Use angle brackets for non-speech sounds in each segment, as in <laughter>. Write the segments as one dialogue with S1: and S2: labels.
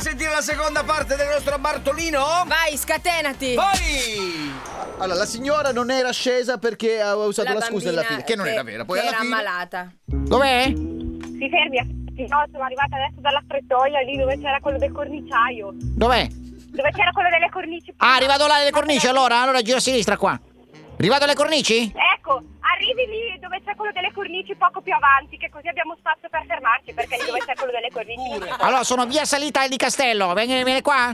S1: sentire la seconda parte del nostro Bartolino?
S2: Vai, scatenati.
S1: Poi!
S3: Allora, la signora non era scesa perché aveva usato la,
S2: bambina
S3: scusa della fine, che non era vera. Poi
S2: che
S3: alla
S2: era
S3: fine...
S2: ammalata.
S3: Dov'è?
S4: Si fermi, aspetti, no, sono arrivata adesso dalla frettoia lì dove c'era quello del corniciaio,
S5: Dov'è?
S4: dove c'era quello delle cornici.
S5: Ah, arrivato là alle cornici, allora, allora gira a sinistra qua. Arrivato alle cornici?
S4: Ecco, arrivi lì dove c'è quello delle cornici poco più avanti, che così abbiamo spazio per fermarci, perché lì dove c'è quello delle cornici.
S5: Allora, sono via salita di Castello, vieni, vieni qua?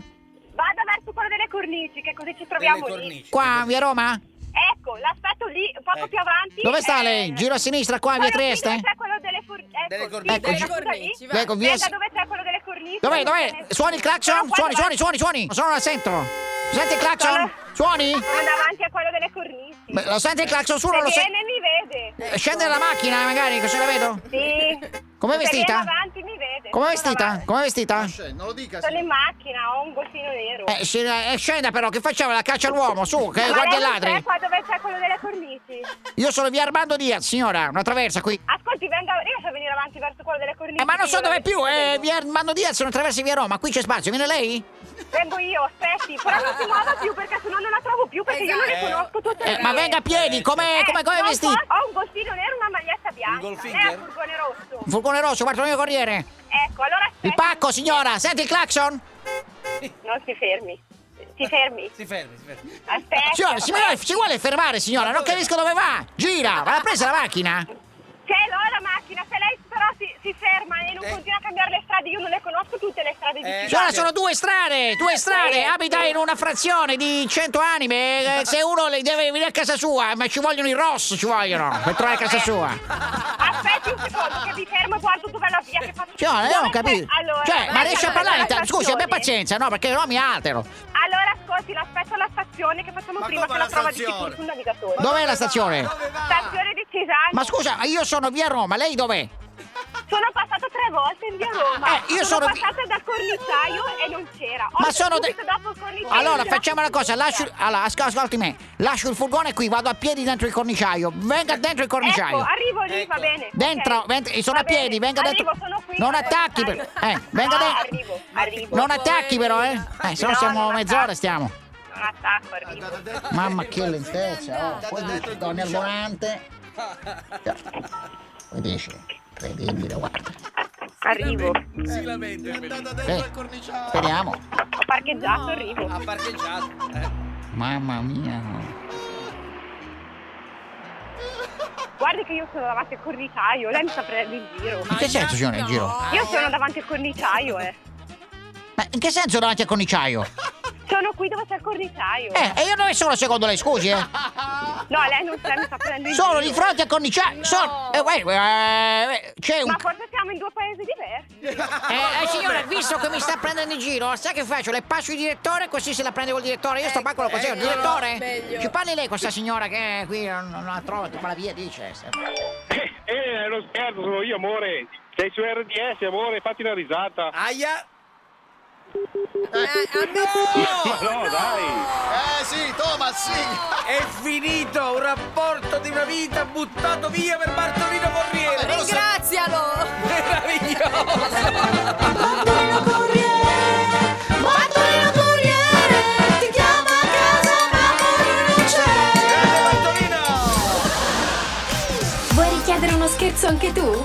S4: Vada verso quello delle cornici, che così ci troviamo
S1: Delle
S4: lì.
S1: cornici. Ecco.
S5: Qua, via Roma?
S4: Ecco, l'aspetto lì, poco più avanti.
S5: Dove sta
S4: eh,
S5: lei? Gira a sinistra qua,
S4: quello
S5: via
S4: lì
S5: Trieste?
S4: Dove c'è quello delle, for- ecco,
S1: Delle
S4: sì,
S1: cornici.
S4: della
S5: Ecco,
S4: scusa lì.
S2: cornici, va.
S5: Ecco, via...
S4: Veda dove c'è quello delle cornici.
S5: Dov'è, dov'è? Suoni il clacson? Suoni, suoni, suoni, suoni! Ma Sono la sento! Senti il clacson? Suoni?
S4: Sono davanti a quello delle cornici.
S5: Ma Lo senti il clacson su,
S4: Se
S5: non lo senti?
S4: viene mi vede.
S5: Scende dalla macchina magari, così la vedo. <laughs>
S4: Sì.
S5: Com'è
S4: Se viene
S5: vestita?
S4: avanti mi vede.
S5: Com'è
S4: Sono
S5: vestita?
S4: davanti.
S5: Com'è vestita?
S3: Scende, Non lo dica.
S4: Sono in macchina, ho un goccino nero.
S5: Eh, scena- eh, scenda però, che facciamo? La caccia all'uomo, su, che
S4: Ma
S5: Eh, guarda i
S4: lei non c'è
S5: ladri.
S4: qua dove c'è quello delle cornici.
S5: Io sono via Armando Diaz, signora, una traversa qui.
S4: Ascolti, venga, riesce a venire avanti verso quello delle cornici.
S5: Eh, ma non
S4: che
S5: so
S4: io
S5: dove più, eh,
S4: vengo.
S5: via Armando Diaz, sono attraversi via Roma, qui c'è spazio, viene lei?
S4: Vengo io, aspetti, però non si muova più perché sennò non la trovo più perché io non le
S1: Esatto.
S4: conosco tutte
S5: Eh,
S4: le
S5: ma venga a piedi,
S4: Eh,
S5: com'è, com'è, com'è
S4: non
S5: vestita?
S4: posso- Ho un goccino nero e una maglietta bianca.
S1: Un Goldfinger?
S4: Lei ha il furgone rosso.
S5: Furgone rosso, Bartolomeo Corriere.
S4: Ecco, allora aspetti.
S5: Il pacco, signora, senti il clacson?
S4: Non si fermi. Si fermi.
S1: Si fermi, si fermi.
S4: Aspetti. Eh,
S5: Signora, si, vuole- si vuole fermare, signora, non capisco dove va. Gira, ma l'ha presa la macchina?
S4: C'è l'ho la macchina, se lei però si, si ferma e non
S1: Eh.
S4: continua a cambiare le strade, io non le conosco tutte le strade di
S1: Eh,
S4: Siviglia.
S5: Signora, sono due strade, due strade, abita in una frazione di 100 anime, eh, se uno le deve venire a casa sua, ma ci vogliono i rosso, ci vogliono, per trovare casa sua.
S4: Aspetti un secondo che mi fermo e guardo dov'è la via che faccio.
S5: Signora, io non
S4: Dove
S5: Cioè, eh, ho capito.
S4: c'è- Allora,
S5: Cioè, ma
S4: vai,
S5: riesce a
S4: allora,
S5: parlare?
S4: alla
S5: in- Scusi, abbia
S4: stazione.
S5: pazienza, no, perché no mi altero.
S4: Allora, ascolti, l'aspetto alla stazione che facciamo
S1: Ma
S4: prima
S1: come
S4: che la
S1: alla
S4: prova di
S1: stazione?
S4: sicuro sul navigatore.
S5: Ma- <laughs> Dov'è la stazione?
S1: Va? Dove va?
S4: Stazione di Cesano.
S5: Ma scusa, ma io sono via Roma, lei dov'è?
S4: Sono passata tre volte in via Roma.
S5: Eh, io sono-
S4: passata dal corniciaio e non c'era. Ho
S5: Ma sono. de-
S4: subito dopo il Ecco, corniciaio.
S5: Allora,
S4: c'era-
S5: facciamo una cosa, lascio. Allora, asco- ascolti me, lascio il furgone qui, vado a piedi dentro il corniciaio. Venga dentro il
S4: Ecco,
S5: corniciaio.
S4: arrivo lì,
S1: Ecco.
S4: va bene.
S5: Dentro,
S4: ok.
S5: vent- sono
S4: Va
S5: a piedi,
S4: bene,
S5: venga dentro.
S4: Arrivo, sono qui.
S5: Non
S4: al
S5: attacchi, per-
S4: corridoio.
S5: eh, venga
S4: No,
S5: dentro.
S4: Arrivo, arrivo.
S5: Non attacchi però, eh? Eh, se no
S4: No,
S5: siamo
S4: non
S5: mezz'ora
S4: attacco.
S5: stiamo.
S4: Non attacco, arrivo.
S5: Mamma che lentezza, oh. Poi dici, donne al volante. Cioè, Poi dici, incredibile, guarda.
S4: Arrivo.
S1: Si lamenta. il bellino.
S5: Eh, speriamo.
S4: Ho parcheggiato, arrivo.
S1: Ha parcheggiato. Eh.
S5: Mamma mia.
S4: Guardi che io sono davanti al corniciaio, lei mi sta prendendo in giro.
S5: In che senso sono in giro?
S4: Io sono davanti al corniciaio, eh.
S5: Ma in che senso davanti al corniciaio?
S4: Sono qui dove c'è il corniciaio.
S5: Eh, e io dove sono secondo lei, scusi, eh?
S4: No, lei non c'è, mi sta prendendo in
S5: Sono
S4: giro.
S5: di fronte al corniciaio. Sono. eh, eh, eh, c'è un.
S4: Ma forse siamo in due paesi diversi.
S5: Eh, eh, signora, visto che mi sta prendendo in giro, sa che faccio? Le passo il direttore così se la prende col direttore. Io sto qua con la così.
S1: Ecco, ecco,
S5: Direttore,
S2: meglio.
S5: ci parli lei con questa signora che qui non, non la trova, tutta la via dice.
S6: Eh, eh, lo scherzo, sono io, amore. Sei su RDS, amore, fatti una risata.
S1: Aia.
S2: Eh, ah,
S6: Ma
S2: no!
S6: no, dai.
S3: Eh sì, Thomas, sì.
S1: È finito un rapporto di una vita buttato via per Bartolino Corriere.
S2: Ringrazialo!
S1: Meraviglioso.
S7: Bartolino Corriere, Bartolino Corriere, ti chiama a casa ma poi non c'è.
S1: Grande Bartolino.
S7: Vuoi richiedere uno scherzo anche tu?